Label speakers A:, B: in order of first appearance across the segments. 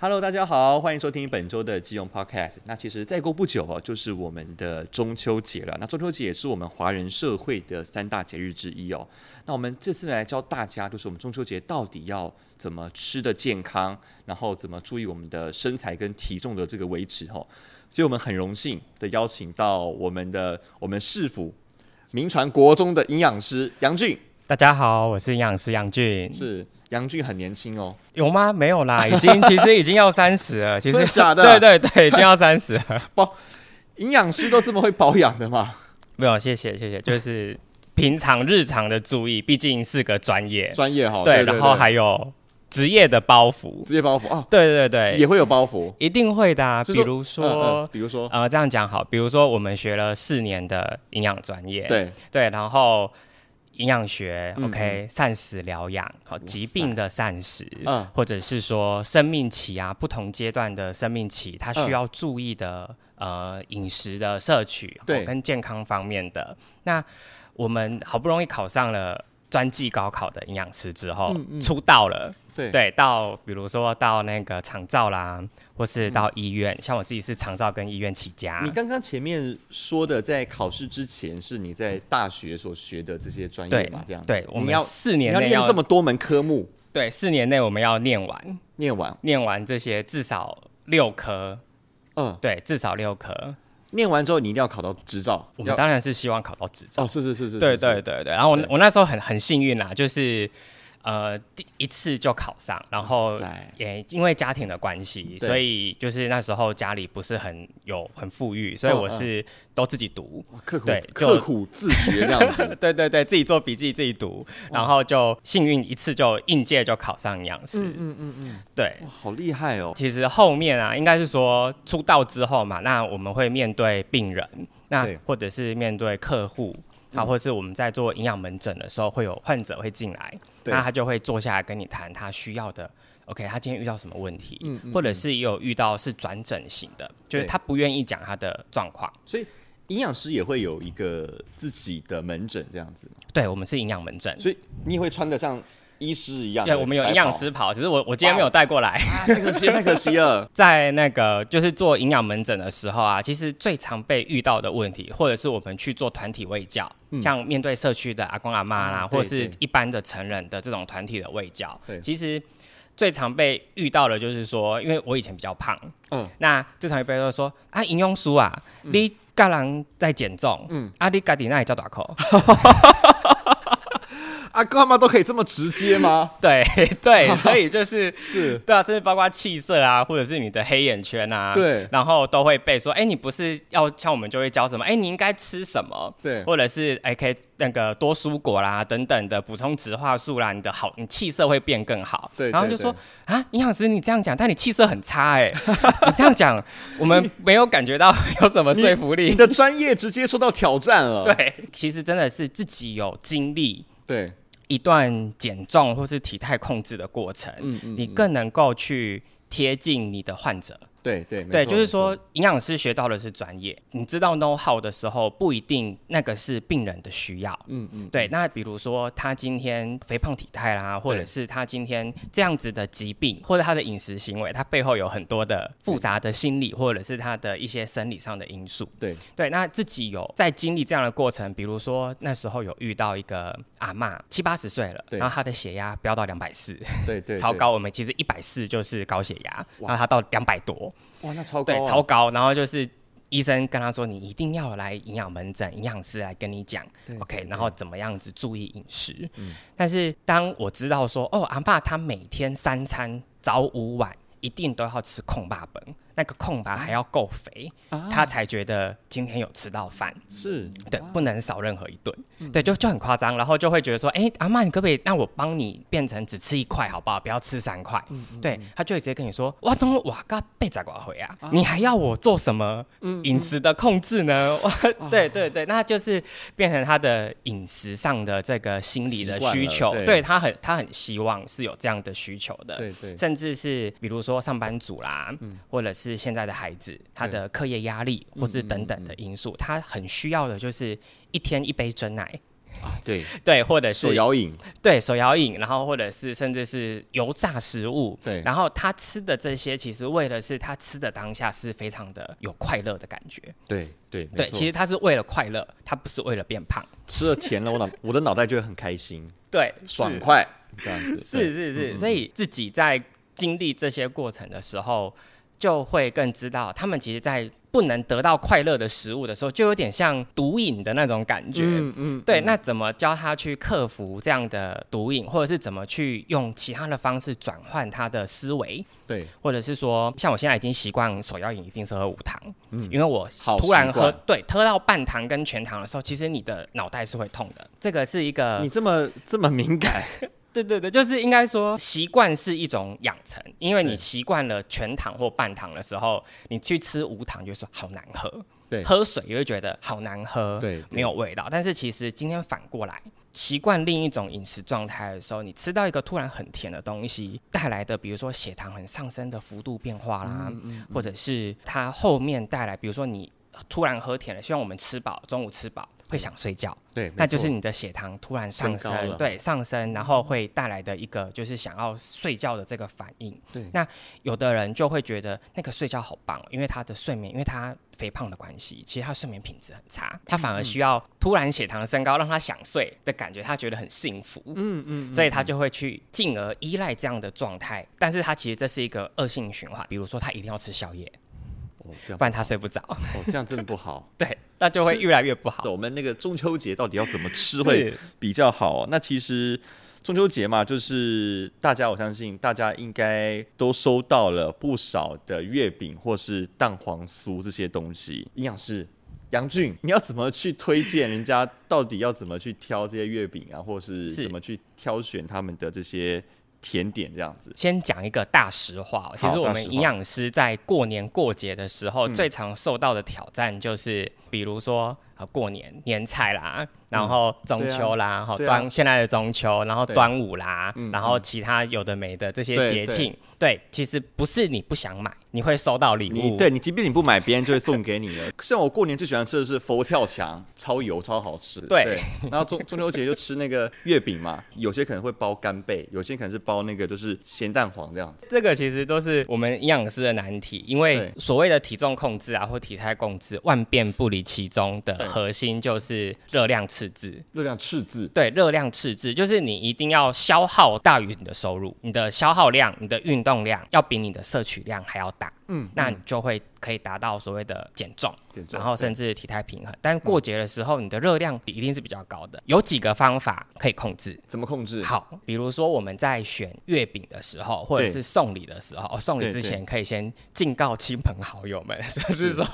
A: Hello，大家好，欢迎收听本周的基隆 Podcast。那其实再过不久哦，就是我们的中秋节了。那中秋节也是我们华人社会的三大节日之一哦。那我们这次来教大家，就是我们中秋节到底要怎么吃的健康，然后怎么注意我们的身材跟体重的这个维持哦。所以我们很荣幸的邀请到我们的我们市府名传国中的营养师杨俊，
B: 大家好，我是营养师杨俊。
A: 是杨俊很年轻哦。
B: 有吗？没 有啦，已经其实已经要三十了。其
A: 真
B: 实
A: 的假的
B: 对对对，已经要三十了。
A: 营养师都这么会保养的吗？
B: 没有，谢谢谢谢，就是平常日常的注意，毕竟是个专业。
A: 专业哦哈，
B: 对，然后还有职业的包袱。
A: 职业包袱啊，
B: 对对对，
A: 也会有包袱。
B: 一定会的啊。
A: 就
B: 比
A: 是说
B: 如
A: 嗯
B: 说
A: 嗯，比如说，
B: 呃，这样讲好，比如说我们学了四年的营养专业，
A: 对，
B: 对，然后营养学、
A: 嗯
B: o k 膳食疗养，好，疾病的膳食，
A: 嗯
B: 或者是说生命期啊，不同阶段的生命期，它
A: 嗯
B: 需要注意的、呃饮食的摄取，哦
A: 对
B: 跟健康方面的。那我们好不容易考上了。专技高考的营养师之后、
A: 嗯嗯
B: 出道了，
A: 对，
B: 对，到比如说到那个长照啦，或是到医院，像我自己是长照跟医院起家，
A: 嗯你刚刚前面说的，在考试之前是你在大学所学的这些专业
B: 对
A: 嘛？这样，
B: 对，我
A: 你
B: 们
A: 要
B: 四
A: 你
B: 年
A: 要
B: 内
A: 念这么多门科目，
B: 对，四年内我们要念完，
A: 念完，
B: 念完这些至少六科，
A: 嗯，
B: 对，至少六科。
A: 念完之后你一定要考到执照，
B: 我
A: 要
B: 们当然是希望考到执照，
A: 哦，是是是是，
B: 对
A: 是
B: 对，对对。然后我
A: 对
B: 我那时候很很幸运啦，就是呃第一次就考上，然后
A: 在
B: 也因为家庭的关系，
A: 对
B: 所以就是那时候家里不是很有很富裕，所以
A: 嗯
B: 我
A: 嗯
B: 是都自己读。
A: 刻苦
B: 对就，
A: 刻苦自学这样子
B: 对对对，自己做笔记，自己读，然后就幸运一次就应届就考上营养师。
A: 嗯嗯嗯，
B: 对，
A: 哇，好厉害哦，
B: 其实后面啊，应该是说出道之后嘛，那我们会面对病人，那
A: 对嗯
B: 或者是面对客户，啊，或者是我们在做营养门诊的时候，会有患者会进来，
A: 对
B: 那他就会坐下来跟你谈他需要的。OK，他今天遇到什么问题，
A: 嗯嗯
B: 或者是也有遇到是转诊型的，就是
A: 对
B: 他不愿意讲他的状况。
A: 所以营养师也会有一个自己的门诊这样子嘛，
B: 对我们是营养门诊，
A: 所以你也会穿的像医师一样的
B: 对，
A: 白袍，
B: 我们有营养师跑，只是我我今天没有带过来。
A: 啊，太可惜了，太可惜 了。
B: 在那个就是做营养门诊的时候啊，其实最常被遇到的问题，或者是我们去做团体卫教，像面对社区的阿公阿妈啦，
A: 嗯对
B: 或是
A: 对
B: 一般的成人的这种团体的卫教
A: 对，
B: 其实最常被遇到的就是说，因为我以前比较胖，
A: 嗯
B: 那最常被人说啊，营养叔啊，你个人在减重，
A: 嗯
B: 啊，你家底那里叫大口，
A: 阿公阿妈都可以这么直接吗？
B: 对 对，所以就是。
A: 是，
B: 对啊，甚至包括气色啊，或者是你的黑眼圈啊，
A: 对
B: 然后都会被说，哎、你不是要像我们就会教什么，哎、你应该吃什么，
A: 对
B: 或者是哎、可以那个多蔬果啦等等的补充植化素啦，你的好，你气色会变更好。
A: 对
B: 然后
A: 对
B: 就说啊，营养师你这样讲，但你气色很差哎、你这样讲，我们没有感觉到 有什么说服
A: 你
B: 力。
A: 的专业直接受到挑战了。
B: 对，其实真的是自己有经历。
A: 对，
B: 一段减重或是体态控制的过程，
A: 嗯嗯
B: 你更能够去贴近你的患者。
A: 对对没
B: 对，
A: 错
B: 就是
A: 没错
B: 说营养师学到的是专业，你知道 know how 的时候，不一定那个是病人的需要。
A: 嗯嗯，
B: 对，那比如说他今天肥胖体态啦，或者是他今天这样子的疾病，或者他的饮食行为，他背后有很多的复杂的心理，或者是他的一些生理上的因素。
A: 对
B: 对，那自己有在经历这样的过程，比如说那时候有遇到一个阿嬷，七八十岁了，
A: 对
B: 然后她的血压飙到两百四，
A: 对对，
B: 超
A: 对。
B: 高。我们其实一百四就是高血压，
A: 哇
B: 然后她到两百多，
A: 哇，那超高
B: 对
A: 啊，，
B: 超高。然后就是医生跟他说，你一定要来营养门诊，营养师来跟你讲
A: 对
B: ，OK，
A: 对嗯
B: 然后怎么样子注意饮食。但是当我知道说，哦，阿爸他每天三餐早午晚一定都要吃空霸本，那个空霸还要够肥，
A: 啊
B: 他才觉得今天有吃到饭。
A: 是，
B: 对，不能少任何一顿，
A: 嗯
B: 对，就就很夸张，然后就会觉得说，哎、阿妈，你可不可以让我帮你变成只吃一块好不好？不要吃三块。
A: 嗯
B: 对，他就会直接跟你说，哇，中哇嘎被咋寡回啊，你还要我做什么
A: 嗯
B: 饮食的控制呢？哇，对对对，那就是变成他的饮食上的这个心理的
A: 习惯
B: 需
A: 了
B: 求，
A: 对
B: 对他很他很希望是有这样的需求的，
A: 对对
B: 甚至是比如说上班族啦，或者是现在的孩子，他的课业压力或是等等的因素，他很需要的就是一天一杯真奶，
A: 啊对，
B: 对，或者
A: 手
B: 是
A: 摇饮，
B: 对手摇饮，然后或者是甚至是油炸食物，
A: 对
B: 然后他吃的这些，其实为的是他吃的当下是非常的有快乐的感觉，
A: 对对没
B: 对，
A: 错
B: 其实他是为了快乐，他不是为了变胖，
A: 吃了甜了，我脑 我的脑袋就会很开心，
B: 对，
A: 爽
B: 是
A: 快这样子，
B: 是是
A: 嗯
B: 是，所以自己在经历这些过程的时候，就会更知道，他们其实，在不能得到快乐的食物的时候，就有点像毒瘾的那种感觉。
A: 嗯嗯，
B: 对，
A: 嗯
B: 那怎么教他去克服这样的毒瘾，或者是怎么去用其他的方式转换他的思维，
A: 对
B: 或者是说，像我现在已经习惯手摇饮一定是喝无糖，
A: 嗯
B: 因为我
A: 好
B: 突然
A: 习
B: 喝
A: 惯
B: 对喝到半糖跟全糖的时候，其实你的脑袋是会痛的。这个是一个
A: 你这么这么敏感，
B: 对对对，就是应该说习惯是一种养成，因为
A: 对
B: 你习惯了全糖或半糖的时候，你去吃无糖就说好难喝，
A: 对
B: 喝水也会觉得好难喝，
A: 对对
B: 没有味道。但是其实今天反过来，习惯另一种饮食状态的时候，你吃到一个突然很甜的东西带来的，比如说血糖很上升的幅度变化啦，
A: 嗯
B: 或者是它后面带来，比如说你突然喝甜了，希望我们吃饱，中午吃饱会想睡觉。
A: 对，没
B: 那就是
A: 错
B: 你的血糖突然上
A: 升高了嗯
B: 升，对，上升，然后会带来的一个就是想要睡觉的这个反应。
A: 对
B: 那有的人就会觉得那个睡觉好棒，哦因为他的睡眠，因为他肥胖的关系，其实他睡眠品质很差，他反
A: 嗯
B: 而需要突然血糖升高让他想睡的感觉，他觉得很幸福。
A: 嗯嗯，
B: 所以他就会去进而依赖这样的状态，但是他其实这是一个恶性循环。比如说，他一定要吃宵夜，
A: 哦这样
B: 不然他睡不着，
A: 哦这样真的不好。
B: 对，那就会
A: 是
B: 越来越不 好
A: 对。我们那个中秋节到底要怎么吃
B: 是
A: 会比较好？哦那其实中秋节嘛，就是大家我相信大家应该都收到了不少的月饼或是蛋黄酥这些东西。营养师杨俊，你要怎么去推荐人家？到底要怎么去挑这些月饼啊，或是
B: 是
A: 怎么去挑选他们的这些甜点这样子？
B: 先讲一个大实话哦，其
A: 好
B: 实我
A: 大实
B: 们
A: 话嗯
B: 营养师在过年过节的时候，最常受到的挑战就是，比如说啊过年年菜啦，然后中秋啦，哈、
A: 嗯对啊
B: 端现在的中秋，然后
A: 对
B: 端午啦
A: 嗯，
B: 然后其他有的没的这些
A: 对
B: 节庆，对，其实不是你不想买，你会收到礼
A: 你
B: 物，
A: 对你，即便你不买，别人就会送给你了。 像我过年最喜欢吃的是佛跳墙，超油超好吃。
B: 对
A: 然后中中秋节就吃那个月饼嘛，有些可能会包干贝，有些可能是包那个就是咸蛋黄这样子。
B: 这个其实都是我们营养师的难题，因为
A: 对
B: 所谓的体重控制啊，或体态控制，万变不离其宗
A: 对
B: 的核心就是热量赤字。
A: 热量赤字，
B: 对热量赤字，就是你一定要消耗大于你的收入，你的消耗量、你的运动量要比你的摄取量还要大，
A: 嗯，
B: 那你就会可以达到所谓的减重，
A: 减重嗯
B: 然后甚至体态平衡。但过节的时候，你的热量一定是比较高的。有几个方法可以控制。
A: 怎么控制？
B: 好，比如说我们在选月饼的时候，或者
A: 对
B: 是送礼的时候，哦送礼
A: 对
B: 之
A: 对
B: 前可以先敬告亲朋好友们， 就是说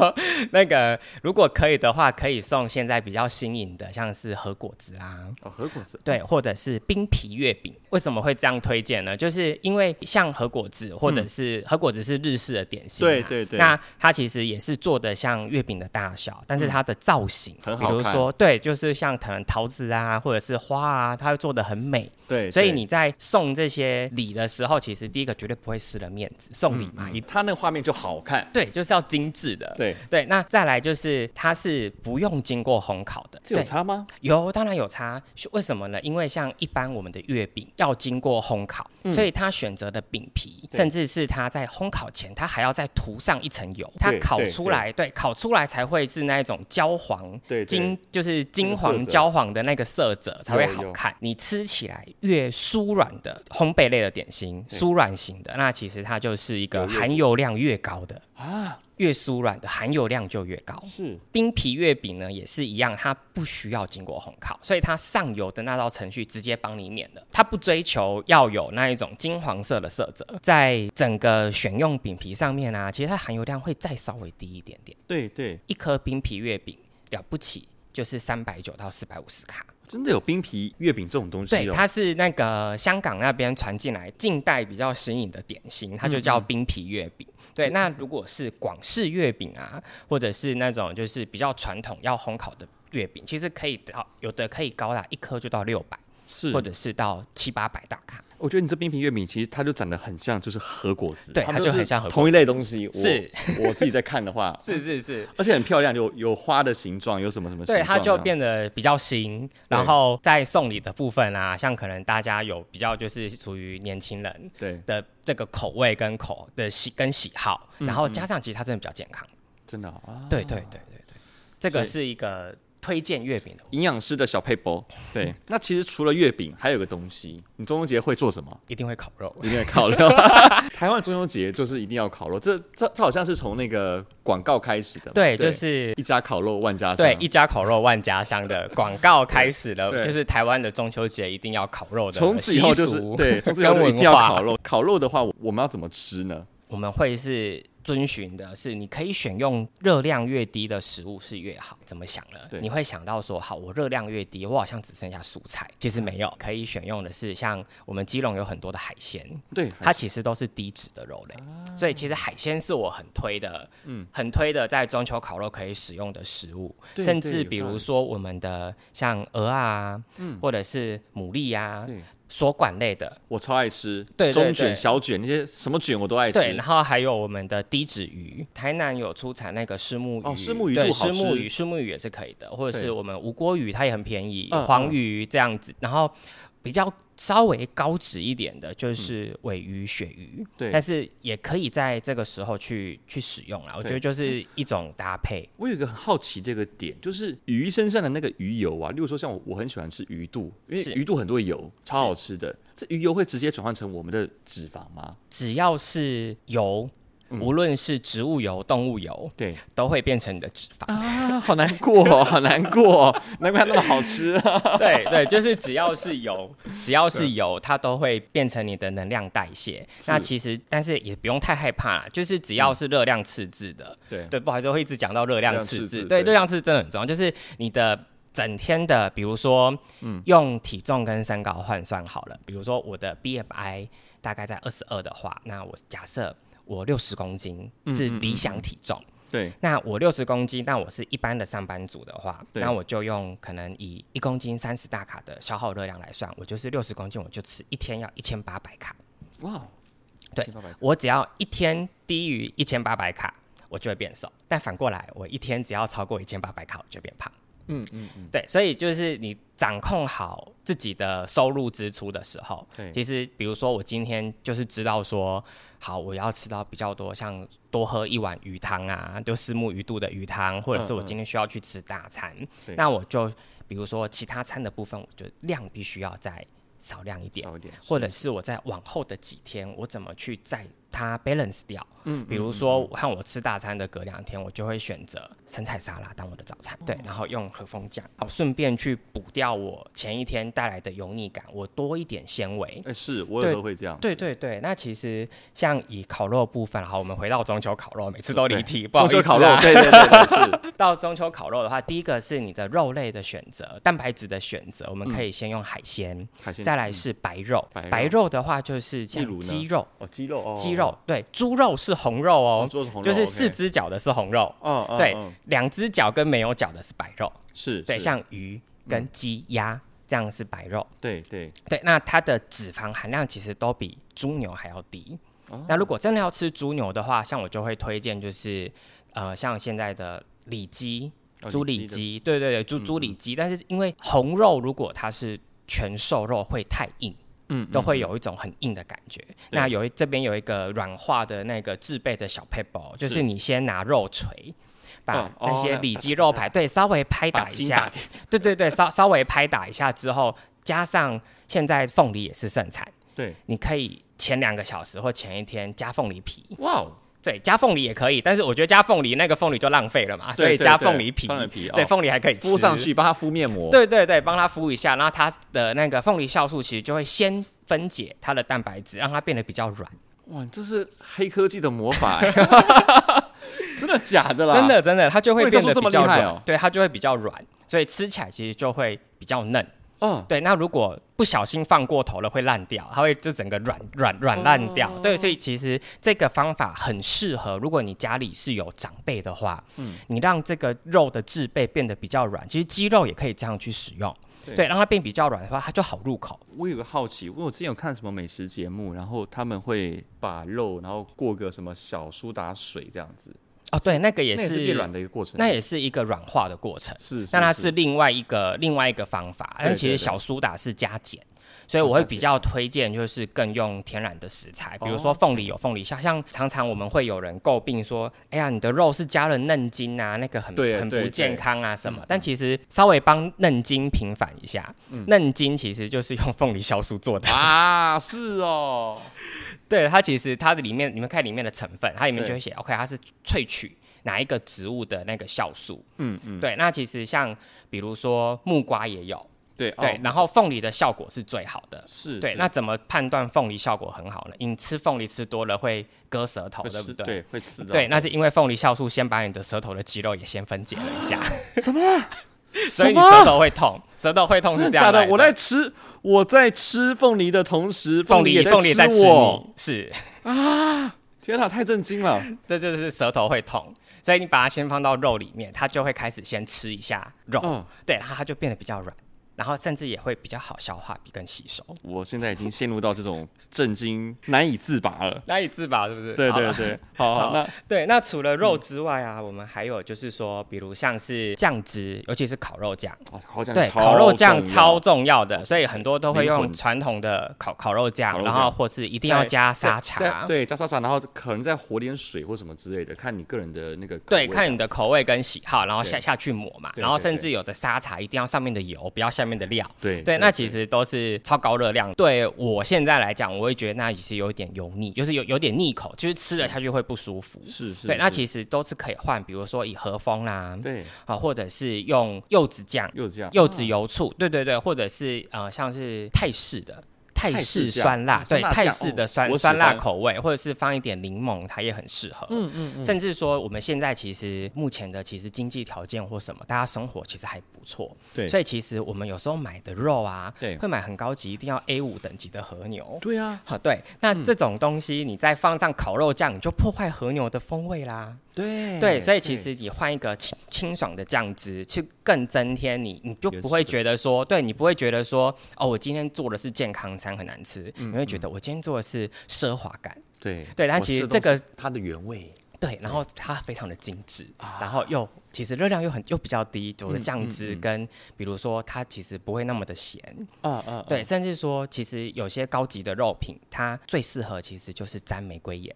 B: 那个如果可以的话，可以送现在比较新颖的，像是核果子啊，
A: 哦，何果子，
B: 对，或者是冰皮月饼。为什么会这样推荐呢？就是因为像和果子，或者是、和果子是日式的点心嘛、
A: 嗯对对对
B: 那它其实也是做的像月饼的大小，但是它的造型，
A: 嗯很
B: 比
A: 好
B: 如
A: 看
B: 说对，就是像可能桃子啊，或者是花啊，它会做的很美。
A: 对，
B: 所以
A: 对
B: 你在送这些礼的时候，其实第一个绝对不会失了面子，送礼嘛，一
A: 它那个画面就好看。
B: 对，就是要精致的。
A: 嗯对，
B: 对，那再来就是它是不用经过烘烤的，
A: 这有
B: 对
A: 差吗？
B: 有，当然有差。是为什么呢？因为像一般我们的月饼要经过烘烤，
A: 嗯
B: 所以它选择的饼皮，
A: 对
B: 甚至是它在烘烤前，它还要再涂上一层油，它
A: 对
B: 烤
A: 对
B: 出
A: 对
B: 来，对，烤出来才会是那一种焦黄。
A: 对，对
B: 金就是
A: 那
B: 金
A: 个色
B: 黄
A: 泽
B: 焦黄的那个色泽才会
A: 有
B: 好
A: 有
B: 看。你吃起来越酥软的烘焙类的点心，
A: 对
B: 酥软型的，那其实它就是一
A: 有月
B: 个含油量越高的，
A: 啊，
B: 越酥软的含油量就越高。
A: 是
B: 冰皮月饼呢也是一样，它不需要经过烘烤，所以它上游的那道程序直接帮你免了。它不追求要有那一种金黄色的色泽，在整个选用饼皮上面啊，其实它含油量会再稍微低一点点。
A: 对对，
B: 一颗冰皮月饼了不起就是三百九到四百五十卡，
A: 真的有冰皮月饼这种东西
B: 对，
A: 哦。
B: 它是那个香港那边传进来近代比较新颖的点心，它就叫冰皮月饼。对，那如果是广式月饼啊，或者是那种就是比较传统要烘烤的月饼，其实可以到有的可以高达一颗就到六百，
A: 是
B: 或者是到七八百大卡。
A: 我觉得你这冰皮月饼其实它就长得很像，就是和果子，
B: 对
A: 们
B: 它就
A: 都是
B: 很像和果子
A: 同一类东西。我
B: 是，
A: 我自己在看的话，
B: 是是是，啊
A: 而且很漂亮，有有花的形状，有什么什么形状
B: 对，
A: 啊这
B: 它
A: 样，
B: 就变得比较新。然后在送礼的部分啊，像可能大家有比较就是属于年轻人
A: 对，
B: 的这个口味跟口的喜跟喜好，然后加上其实它真的比较健康。
A: 真的哦啊，
B: 对对对对对，这
A: 所
B: 个
A: 以
B: 是一个推荐月饼的。
A: 营养师的小配博。 对，那其实除了月饼，还有个东西，你中秋节会做什么？
B: 一定会烤肉，
A: 一定要 烤肉。台湾的中秋节就是一定要烤肉，这这这好像是从那个广告开始的嘛。
B: 对，就是
A: 一家烤肉万家香。
B: 对一家烤肉万家香 的广告开始了，
A: 对
B: 就是台湾的中秋节一定要烤肉的
A: 从此以后就
B: 习
A: 是
B: 俗
A: 对，从此以后
B: 跟
A: 就一
B: 文
A: 定要烤
B: 化。
A: 肉。烤肉的话，我我们要怎么吃呢？
B: 我们会是遵循的是，你可以选用热量越低的食物是越好。怎么想呢
A: 对？
B: 你会想到说，好，我热量越低，我好像只剩下蔬菜，其实没有，可以选用的是像我们基隆有很多的海鲜，
A: 对，
B: 它其实都是低脂的肉类，
A: 啊
B: 所以其实海鲜是我很推的，嗯，很推的在中秋烤肉可以使用的食物，
A: 对
B: 甚
A: 对
B: 至
A: 有
B: 比
A: 道
B: 如
A: 理嗯
B: 说我们的像鹅啊，或者是牡蛎啊
A: 对，
B: 锁管类的，
A: 我超爱吃，
B: 对对
A: 中卷、
B: 对
A: 小卷那些什么卷我都爱
B: 对，
A: 吃
B: 然。后还有我们的低脂鱼，台南有出产那个虱目鱼，
A: 哦虱目鱼
B: 对，
A: 肚好
B: 虱目
A: 吃
B: 鱼，虱目鱼也是可以的，或者
A: 对
B: 是我们无锅鱼，它也很便宜，
A: 嗯
B: 黄
A: 嗯
B: 鱼这样子，然后比较稍微高脂一点的就是尾鱼、鳕鱼，
A: 嗯对
B: 但是也可以在这个时候去去使用啦，我觉
A: 对
B: 得就是一种搭配，
A: 我有一个很好奇的一个点，就是鱼身上的那个鱼油啊，例如说像我，我很喜欢吃鱼肚，因为
B: 是
A: 鱼肚很多油，超好吃的。这鱼油会直接转换成我们的脂肪吗？
B: 只要是油。
A: 嗯
B: 无论是植物油、动物油，
A: 对
B: 都会变成你的脂肪。
A: 啊，好难过哦，好难过哦，难怪它那么好吃啊。
B: 对对，就是只要是油，只要是油，它都会变成你的能量代谢。那
A: 是
B: 其实，但是也不用太害怕啦，就是只要是热量赤字的，
A: 对
B: 对，不好意思，我会一直讲到热
A: 热
B: 量
A: 量
B: 赤
A: 赤
B: 字，
A: 字
B: 对，
A: 对
B: 热量赤字真的很重要，就是你的。整天的，比如说，
A: 嗯
B: 用体重跟身高换算好了。比如说我的 BMI 大概在二十二的话，那我假设我六十公斤
A: 嗯
B: 是理想体重，
A: 对，
B: 那我六十公斤，那我是一般的上班族的话，
A: 对
B: 那我就用可能以一公斤三十大卡的消耗热量来算，我就是六十公斤，我就吃一天要一千八百卡。
A: 哇，
B: 对
A: 1800克，
B: 我只要一天低于一千八百卡，我就会变瘦。但反过来，我一天只要超过一千八百卡，我就变胖。
A: 嗯嗯嗯，
B: 对，所以就是你掌控好自己的收入支出的时候
A: 对，
B: 其实比如说我今天就是知道说，好，我要吃到比较多，像多喝一碗鱼汤啊，就四目鱼肚的鱼汤，或者是我
A: 嗯嗯
B: 今天需要去吃大餐，
A: 对
B: 那我就比如说其他餐的部分，我就量必须要再少量一点。
A: 少一点，
B: 或者是我在往后的几天，我怎么去在它 balance 掉？嗯，比如说像我吃大餐的隔两天，我就会选择生菜沙拉当我的早
A: 哦
B: 餐，对，然后用和风酱，好，顺便去补掉我前一天带来的油腻感，我多一点纤维。
A: 哎，是我有时候会这样。
B: 对对对，那其实像以烤肉部分，好，我们回到中秋烤肉，每次都离
A: 对
B: 题，不好
A: 中
B: 意思、
A: 秋烤
B: 啊。
A: 肉，对对对对，是
B: 到中秋烤肉的话，第一个是你的肉类的选择，蛋白质的选择，我们
A: 嗯
B: 可以先用海鲜，
A: 海鲜
B: 再来是白肉，
A: 嗯白肉
B: 的话就是
A: 例如
B: 像
A: 呢
B: 鸡肉，
A: 哦，鸡肉哦，
B: 鸡肉对，猪肉是红肉
A: 哦，
B: 哦，
A: 做成红肉
B: 就是
A: OK
B: 四只脚的是红肉，
A: 哦，嗯
B: 对
A: 嗯，
B: 两只脚跟没有脚的是白肉，
A: 是，
B: 对，
A: 是嗯
B: 像鱼跟鸡、鸭这样是白肉，
A: 对对，
B: 对，那它的脂肪含量其实都比猪牛还要低。
A: 哦
B: 那如果真的要吃猪牛的话，像我就会推荐就是，呃，像现在的里脊、
A: 哦
B: 猪里
A: 里脊的嗯
B: 脊，对对对，猪猪里脊。但是因为红肉如果它是全瘦肉会太硬，
A: 嗯
B: 都会有一种很硬的感觉。那有一这边有一个软化的那个制备的小 p a p e 就是
A: 是
B: 你先拿肉锤。把
A: 哦哦
B: 那些
A: 那
B: 里脊肉排对稍微拍
A: 把
B: 打一
A: 筋
B: 下
A: 打，掉
B: 对对对，稍稍微拍打一下之后，加上现在凤梨也是盛产，
A: 对，
B: 你可以前两个小时或前一天加凤梨皮，
A: 哇哦，
B: 对，加凤梨也可以，但是我觉得加凤梨那个凤梨就浪费了嘛，
A: 对
B: 所以
A: 对
B: 加
A: 对
B: 凤梨皮，
A: 凤梨皮
B: 对，
A: 哦
B: 凤梨还可以吃
A: 敷上。去帮它敷面膜，
B: 对对对，帮它敷一下，然后它的那个凤梨酵素其实就会先分解它的蛋白质，让它变得比较软。
A: 哇，这是黑科技的魔 法 欸，真的假的啦？
B: 真，的真的，它就会
A: 凤梨
B: 变
A: 酵素
B: 得
A: 这么
B: 比较
A: 厉害
B: 软，
A: 哦
B: 对，它就会比较软，所以吃起来其实就会比较嫩。
A: 哦，
B: 对，那如果不小心放过头了，会烂掉，它会就整个软软软烂掉。
A: 哦
B: 对，所以其实这个方法很适合，如果你家里是有长辈的话，嗯，你让这个肉的制备变得比较软，其实鸡肉也可以这样去使用。
A: 对
B: 对，让它变比较软的话，它就好入口。
A: 我有个好奇，因为我之前有看什么美食节目，然后他们会把肉，然后过个什么小苏打水这样子，
B: 哦，对，那个也
A: 那也
B: 是
A: 是变软的一个过程。
B: 那也是一个软化的过程。
A: 是，
B: 那它是另外一个另外一个方法，
A: 对
B: 但其
A: 对
B: 实
A: 对
B: 小苏打是加碱，所以
A: 哦
B: 我会
A: 加
B: 比
A: 碱
B: 较推荐就是更用天然的食材，比如
A: 哦
B: 说凤梨有凤梨虾，像常常我们会有人诟病说，哎呀，你的肉是加了嫩筋啊，那个很
A: 对
B: 很
A: 对
B: 不
A: 对嗯
B: 健康啊什么，但其实稍微帮嫩筋平反一下，嫩筋其实就是用凤梨酵素做的，
A: 啊，是哦，
B: 对它其实它的里面，你们看里面的成分，它里面
A: 对
B: 就会写 OK，它是萃取哪一个植物的那个酵素。
A: 嗯嗯，
B: 对，那其实像比如说木瓜也有，
A: 对
B: 对，
A: 哦
B: 然后凤梨的效果是最好的。
A: 是，
B: 对，
A: 是
B: 那怎么判断凤梨效果很好呢？你吃凤梨吃多了会割舌头，
A: 会
B: 对
A: 吃
B: 不对？
A: 对，会刺到。
B: 对，那是因为凤梨酵素先把你的舌头的肌肉也先分解了一下，
A: 什么啦？
B: 所
A: 什
B: 以你
A: 么
B: 舌头会痛，舌头会痛
A: 真的
B: 是这
A: 假
B: 样
A: 的？
B: 来
A: 我在吃，我在吃凤梨的同时，
B: 凤
A: 梨
B: 梨，
A: 也
B: 凤梨也在
A: 吃
B: 吃
A: 我。
B: 你，是。
A: 天啊哪，太震惊了！
B: 这就是舌头会痛，所以你把它先放到肉里面，它就会开始先吃一下肉，
A: 嗯
B: 对，然后它就变得比较软，然后甚至也会比较好消化比更吸收，
A: 我现在已经陷入到这种震惊难以自拔了。
B: 难以自拔，是不是？
A: 对
B: 好
A: 对对，好好，
B: 好
A: 那
B: 对。那除了肉之外啊，我们还有就是说，比如像是酱汁，尤其是烤肉酱，
A: 哦烤酱
B: 对，
A: 超
B: 烤肉酱
A: 重要
B: 超嗯重要的，所以很多都会
A: 灵
B: 用
A: 魂
B: 传统的烤烤肉
A: 烤
B: 酱，
A: 肉
B: 然
A: 酱
B: 后或是一定要
A: 在
B: 加
A: 在
B: 沙茶
A: 在，对，加沙茶，然后可能再和点水或什么之类的，看你个人的那个口味
B: 对，看你的口味跟喜好，然后下
A: 对
B: 下去抹嘛，
A: 对
B: 然后
A: 对
B: 甚
A: 对
B: 至有的沙茶一定要上面的油，不要下面的料。
A: 对
B: 对，那其实都是超高热量。对我现在来讲，我会觉得那也是有点油腻，就是有有点腻口，就是吃了下去会不舒服。
A: 是是，
B: 对，那
A: 是
B: 其实都是可以换，比如说以和风啦、
A: 对
B: 啊，或者是用柚子酱、
A: 柚子酱，
B: 柚子油醋，对对对，或者是呃，像是泰式的。泰
A: 泰
B: 式
A: 式酱
B: 酸辣，
A: 哦
B: 对
A: 酸辣
B: 泰
A: 酱
B: 式
A: 哦
B: 的酸、
A: 我喜
B: 酸辣
A: 欢
B: 口味，或者是放一点柠檬，它也很适合。嗯嗯甚至说我们现在其实目前的其实经济条件或什么，大家生活其实还不错。
A: 对
B: 所以其实我们有时候买的肉啊，
A: 对
B: 会买很高级，一定要 A 五等级的和牛。
A: 对啊，
B: 好，对，那这种东西你再放上烤肉酱，你就破坏和牛的风味啦。
A: 对
B: 对，所以其实你换一个清清爽的酱汁，去更增添你，你就
A: 原
B: 不会
A: 始的
B: 觉得说，对你不会觉得说，哦，我今天做的是健康餐很难吃，
A: 嗯
B: 你会觉得我今天做的是奢华感，
A: 对
B: 对但
A: 我
B: 其
A: 吃
B: 实
A: 的
B: 这
A: 东
B: 个
A: 西它的原味
B: 对，然后它非常的精致，
A: 啊
B: 然后又其实热量又很又比较低，
A: 嗯
B: 我的酱汁跟、比如说它其实不会那么的咸，
A: 啊啊，
B: 对，甚至说其实有些高级的肉品，它最适合其实就是沾玫瑰盐。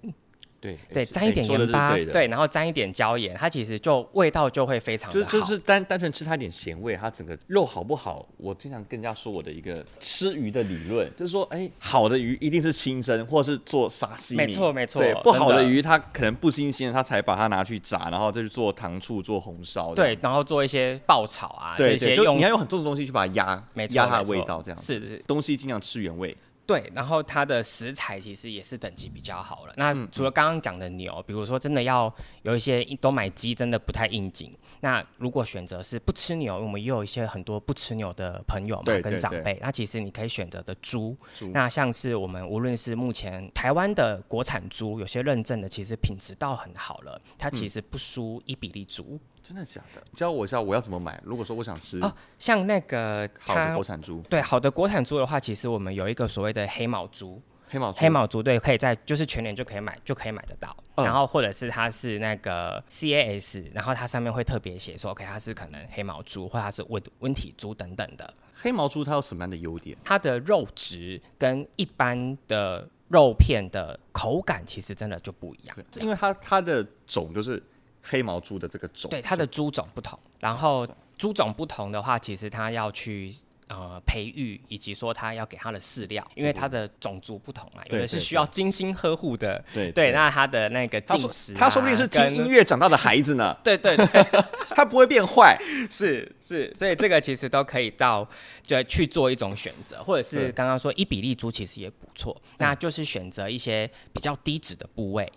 A: 对
B: 对，
A: 哎
B: 沾
A: 哎
B: 一点
A: 你说的
B: 盐
A: 是
B: 巴，
A: 对的，
B: 然后沾一点椒盐，它其实就味道就会非常
A: 就
B: 的
A: 是
B: 好。
A: 就是单单纯吃它一点咸味，它整个肉好不好？我经常跟人家说我的一个吃鱼的理论，就是说，哎，好的鱼一定是清蒸，或是做沙西米，
B: 没错没错
A: 对，不好的
B: 真的
A: 鱼它可能不新鲜，它才把它拿去炸，然后再去做糖醋、做红烧这样
B: 对，然后做一些爆炒啊，
A: 对
B: 这些
A: 对，就
B: 用
A: 你要用很重的东西去把它压，
B: 没错
A: 压它的
B: 没错
A: 味道，这样
B: 是是，
A: 东西尽量吃原味。
B: 对，然后它的食材其实也是等级比较好了。
A: 嗯
B: 那除了刚刚讲的牛，比如说真的要有一些都买鸡，真的不太应景。那如果选择是不吃牛，我们也有一些很多不吃牛的朋友嘛，
A: 对
B: 跟
A: 对
B: 长
A: 对
B: 辈。那其实你可以选择的猪，
A: 猪
B: 那像是我们无论是目前台湾的国产猪，有些认证的其实品质倒很好了，它
A: 嗯
B: 其实不输伊比利猪、
A: 真的假的？教我一下我要怎么买。如果说我想吃
B: 哦。像那个
A: 嗯好的
B: 它
A: 国。产猪、
B: 对，好的国产猪的话，其实我们有一个所谓的黑毛猪，
A: 黑毛猪、
B: 黑毛猪对，可以在就是全年就可以买，就可以买得到。
A: 嗯
B: 然后或者是它是那个 CAS，然后它上面会特别写说，OK，它是可能黑毛猪或它是温温体猪等等的。
A: 黑毛猪它有什么样的优点？
B: 它的肉质跟一般的肉片的口感其实真的就不一样，
A: 是因为它它的种就是黑毛猪的这个种，
B: 对它的猪种不同。然后猪种不同的话，其实它要去。呃，培育以及说它要给它的饲料，因为它的种族不同嘛，有
A: 对
B: 的是
A: 对
B: 需要精心呵护的，
A: 对
B: 对，那它的那个
A: 他
B: 进
A: 说
B: 食啊、
A: 他说不定是听
B: 跟
A: 音乐长大的孩子呢，
B: 对对对，
A: 他不会变坏。
B: 是是，所以这个其实都可以到就去做一种选择，或者是
A: 对嗯
B: 刚刚说伊比利猪其实也不错，那就是选择一些比较低脂的部位。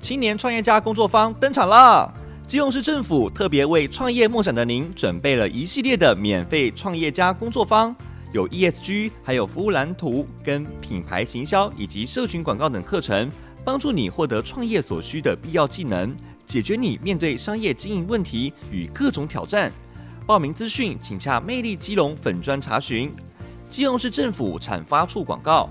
A: 青年创业家工作坊登场啦！基隆市政府特别为创业梦想的您准备了一系列的免费创业家工作坊，有 ESG，还有服务蓝图、跟品牌行销以及社群广告等课程，帮助你获得创业所需的必要技能，解决你面对商业经营问题与各种挑战。报名资讯请洽魅力基隆粉专查询。基隆市政府产发处广告。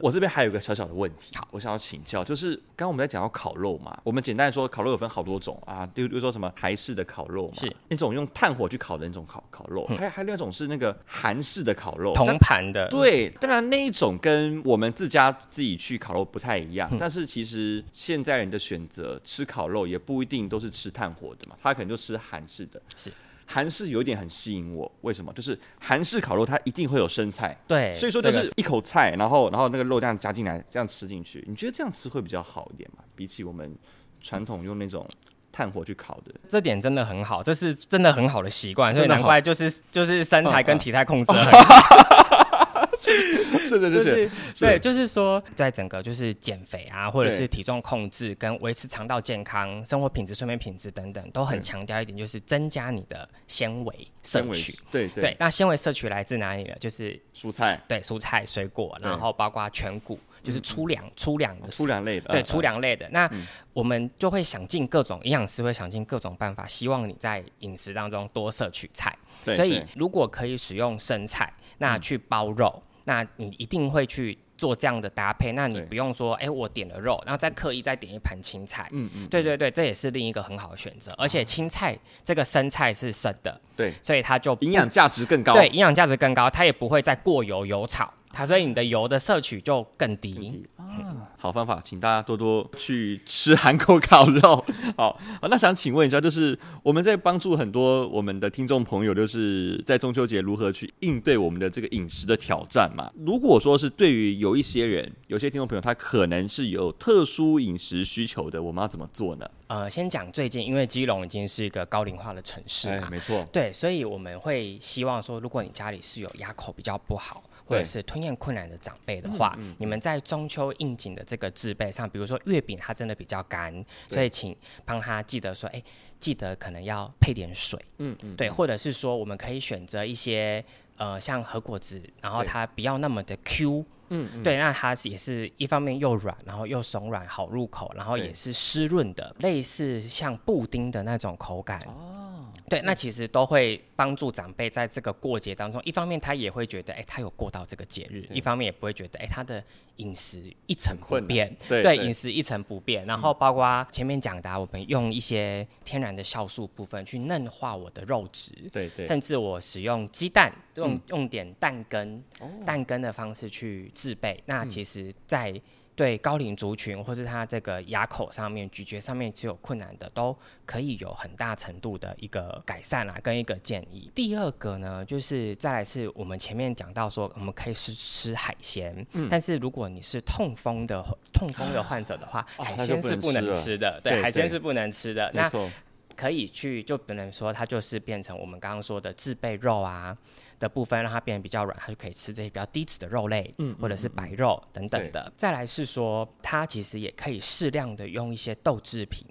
A: 我这边还有一个小小的问题，我想要请教，就是刚刚我们在讲到烤肉嘛，我们简单地说，烤肉有分好多种啊，例如例如说什么台式的烤肉嘛，
B: 是
A: 那种用炭火去烤的那种烤烤肉，还有还有另一种是那个韩式的烤肉，
B: 铜
A: 哦但
B: 盘的，
A: 对，当然那一种跟我们自家自己去烤肉不太一
B: 嗯
A: 样，但是其实现在人的选择吃烤肉也不一定都是吃炭火的嘛，他可能就吃韩式的。
B: 是
A: 韩式有一点很吸引我，为什么？就是韩式烤肉它一定会有生菜，
B: 对，
A: 所以说就
B: 哎这个
A: 是一口菜，然后然后那个肉这样加进来，这样吃进去，你觉得这样吃会比较好一点吗？比起我们传统用那种炭火去烤的，
B: 这点真的很好，这是真的很好的习惯，所以
A: 真的
B: 难
A: 好嗯哦
B: 怪就是就是身材跟体态控制得 很
A: 是是
B: 就是是对，就是说，在整个就是减肥啊，或者
A: 对
B: 是体重控制跟维持肠道健康、生活品质、睡眠品质等等，都很强调一点，就是增加你的纤维摄
A: 纤维
B: 取。
A: 对对
B: 对，那纤维摄取来自哪里呢？就是
A: 蔬菜
B: 对蔬菜、水果，
A: 对嗯
B: 然后包括全谷，就是粗粮、粗粮的食
A: 粗粮嗯类的，
B: 对
A: 嗯
B: 粗粮类的，那我们就会想尽各种营养师会想尽各种办法，希望你在饮食当中多摄取菜。
A: 啊对
B: 所以
A: 对嗯
B: 如果可以使用生菜，那去包肉，那你一定会去。做这样的搭配，那你
A: 对
B: 不用说，哎、我点了肉，然后再刻意再点一盘青菜，
A: 嗯嗯，哦
B: 对对对，这也是另一个很好的选择。而且青菜这个生菜是生的，
A: 对，
B: 所以它就不
A: 营养价值更高，
B: 对，营养价值更高，它也不会再过油油炒，它所以你的油的摄取就更低。
A: 啊，好方法，请大家多多去吃韩国烤肉。 好，好那想请问一下，就是我们在帮助很多我们的听众朋友，就是在中秋节如何去应对我们的这个饮食的挑战嘛？如果说是对于有一些人，有些听众朋友他可能是有特殊饮食需求的，我们要怎么做呢？
B: 呃，先讲最近，因为基隆已经是一个高龄化的城市嘛，
A: 哎没错，
B: 对，所以我们会希望说，如果你家里是有牙口比较不好。或者
A: 对
B: 是吞咽困难的长辈的话，你们在中秋应景的这个制备上，比如说月饼，它真的比较干，所以请帮他记得说，哎、记得可能要配点水，
A: 嗯嗯，
B: 对，或者是说我们可以选择一些呃像核果子，然后
A: 对
B: 它不要那么的 Q，
A: 嗯
B: 对，那它是也是一方面又软，然后又松软，好入口，然后
A: 对
B: 也是湿润的，类似像布丁的那种口感。哦，对，那其实都会帮助长辈在这个过节当中，一方面他也会觉得，哎、他有过到这个节日；一方面也不会觉得，哎、他的饮食一成不
A: 困难
B: 变。
A: 对
B: 对，
A: 对
B: 饮食一成不变。然后包括前面讲的啊、我们用一些天然的酵素部分去嫩化我的肉质。
A: 对对，嗯
B: 甚至我使用鸡蛋，用、用点蛋羹、
A: 哦
B: 蛋羹的方式去制备。那
A: 嗯
B: 其实，在对高龄族群或是他这个牙口上面、咀嚼上面是有困难的，都可以有很大程度的一个改善啦、跟一个建议。第二个呢，就是再来是我们前面讲到说，我们可以是吃海鲜，
A: 嗯
B: 但是如果你是痛风的痛风的患者的话，
A: 哦
B: 海
A: 那就
B: 鲜
A: 不
B: 是
A: 能
B: 不
A: 吃
B: 能
A: 了
B: 吃的，
A: 对
B: 对，海鲜
A: 对
B: 是不能吃的。
A: 没
B: 那
A: 错，
B: 可以去，就不能说它就是变成我们刚刚说的制备肉啊的部分，让它变得比较软，它就可以吃这些比较低脂的肉类，或者是白肉等等的。再来是说，它其实也可以适量的用一些豆制品。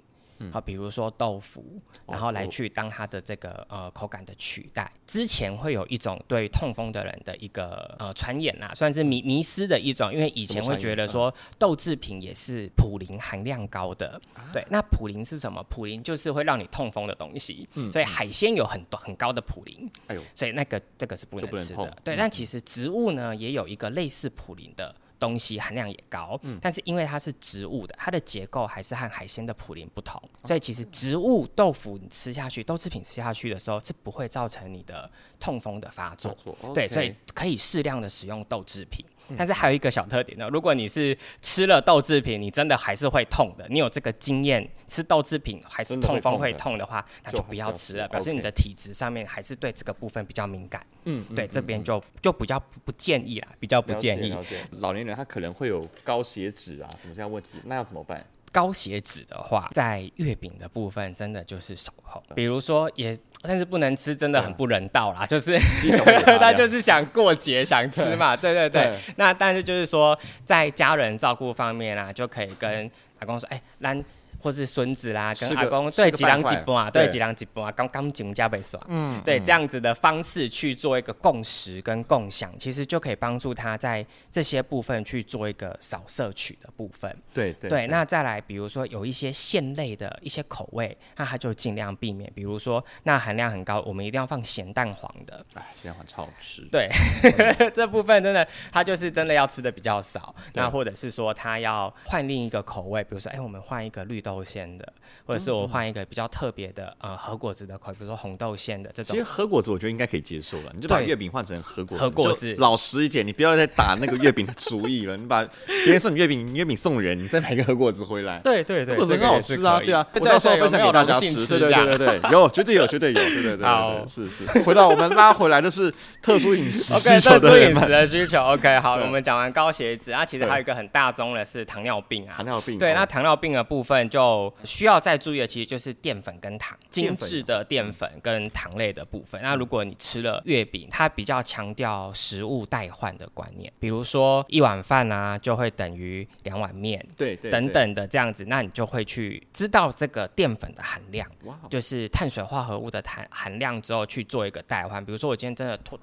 B: 好，比如说豆腐，
A: 哦
B: 然后来
A: 豆
B: 去当它的这个呃口感的取代。之前会有一种对痛风的人的一个呃传言啦，算是迷迷思的一种，因为以前
A: 什么
B: 会
A: 传言
B: 觉得说豆制品也是普林含量高的，
A: 啊
B: 对，那普林是什么？普林就是会让你痛风的东西，所以海鲜有很多很高的普林，
A: 嗯哎呦，
B: 所以那个这个是不
A: 就
B: 能
A: 不能
B: 吃
A: 碰嗯
B: 的。对，但其实植物呢也有一个类似普林的东西，含量也高，
A: 嗯
B: 但是因为它是植物的，它的结构还是和海鲜的普林不同，
A: 哦
B: 所以其实植物豆腐你吃下去，豆制品吃下去的时候是不会造成你的痛风的发作。
A: 错，哦
B: 对，所以可以适量的使用豆制品。
A: 嗯
B: 但是还有一个小特点呢，如果你是吃了豆制品，你真的还是会痛的。你有这个经验，吃豆制品还是
A: 真的会
B: 痛风
A: 痛
B: 会
A: 的
B: 痛的话，那
A: 就
B: 就
A: 还
B: 不
A: 是
B: 要
A: 要
B: 吃
A: 吃
B: 了，表示你
A: OK
B: 的体质上面还是对这个部分比较敏感。
A: 嗯，
B: 对，这边就就比较不不建议啦，比较不
A: 了解
B: 建议。
A: 了解老年人他可能会有高血脂啊什么这样的问题，那要怎么办？
B: 高血脂的话，在月饼的部分真的就是少碰，
A: 嗯
B: 比如说也，但是不能吃，真的
A: 啊
B: 很不人道啦，就是
A: 吸 小尾巴
B: 他
A: 啊这
B: 就
A: 样
B: 是想过节想吃嘛，对对对
A: 对。
B: 那但是就是说，在家人照顾方面啊，就可以跟阿公说，哎，咱或是孙子啦，跟
A: 吃个
B: 阿公
A: 吃个
B: 对几人
A: 半
B: 几
A: 块
B: 半，对
A: 对
B: 几人几半，刚刚请加倍爽。
A: 嗯
B: 对这样子的方式去做一个共识跟共享，其实就可以帮助他在这些部分去做一个少摄取的部分。
A: 对对
B: 对，那再来，比如说有一些馅类的一些口味，那他就尽量避免。比如说，那含量很高，我们一定要放咸蛋黄的。
A: 哎，现在很超好吃，
B: 对， 这部分真的，他就是真的要吃的比较少。那或者是说，他要换另一个口味，比如说，哎，我们换一个绿豆馅的，或者是我换一个比较特别的，呃，和果子的口味，比如说红豆馅的这
A: 其
B: 种
A: 实。和果子我觉得应该可以接受了，你就把
B: 对
A: 月饼换成和果
B: 和果
A: 你就
B: 子
A: 老实一点，你不要再打那个月饼的主意了。你把别人送你月饼，你月饼送人，你再买一个和果子回来，
B: 对对对
A: 和果子很好吃啊，对啊，我
B: 对
A: 到时候
B: 对有
A: 分享
B: 没有
A: 给大
B: 人
A: 家
B: 性
A: 吃，
B: 吃
A: 对对
B: 这
A: 对对对，有绝对有绝对有，对对对对对，
B: 好
A: 是是。回到我们拉回来就是特殊饮食
B: OK，
A: 需
B: 这
A: 求的
B: 是
A: 人
B: 饮
A: 们
B: 食，的需求。OK，好，
A: 对
B: 我们讲完高血脂啊，其实
A: 对
B: 还有一个很大宗的是糖尿病啊
A: 糖。尿病
B: 对，那
A: 哦
B: 糖尿病的部分就需要再注意的，其实就是淀粉跟糖，
A: 淀
B: 精
A: 粉嗯
B: 致的淀粉跟糖类的部分。那如果你吃了月饼，它比较强调食物代换的观念，比如说一碗饭啊，就会等于两碗面
A: 对对
B: 等
A: 对
B: 等的这样子，那你就会去知道这个淀粉的含量。
A: 哇哦
B: 就是碳水化合物的含含量之后去做一个代换。比如说我今天真的突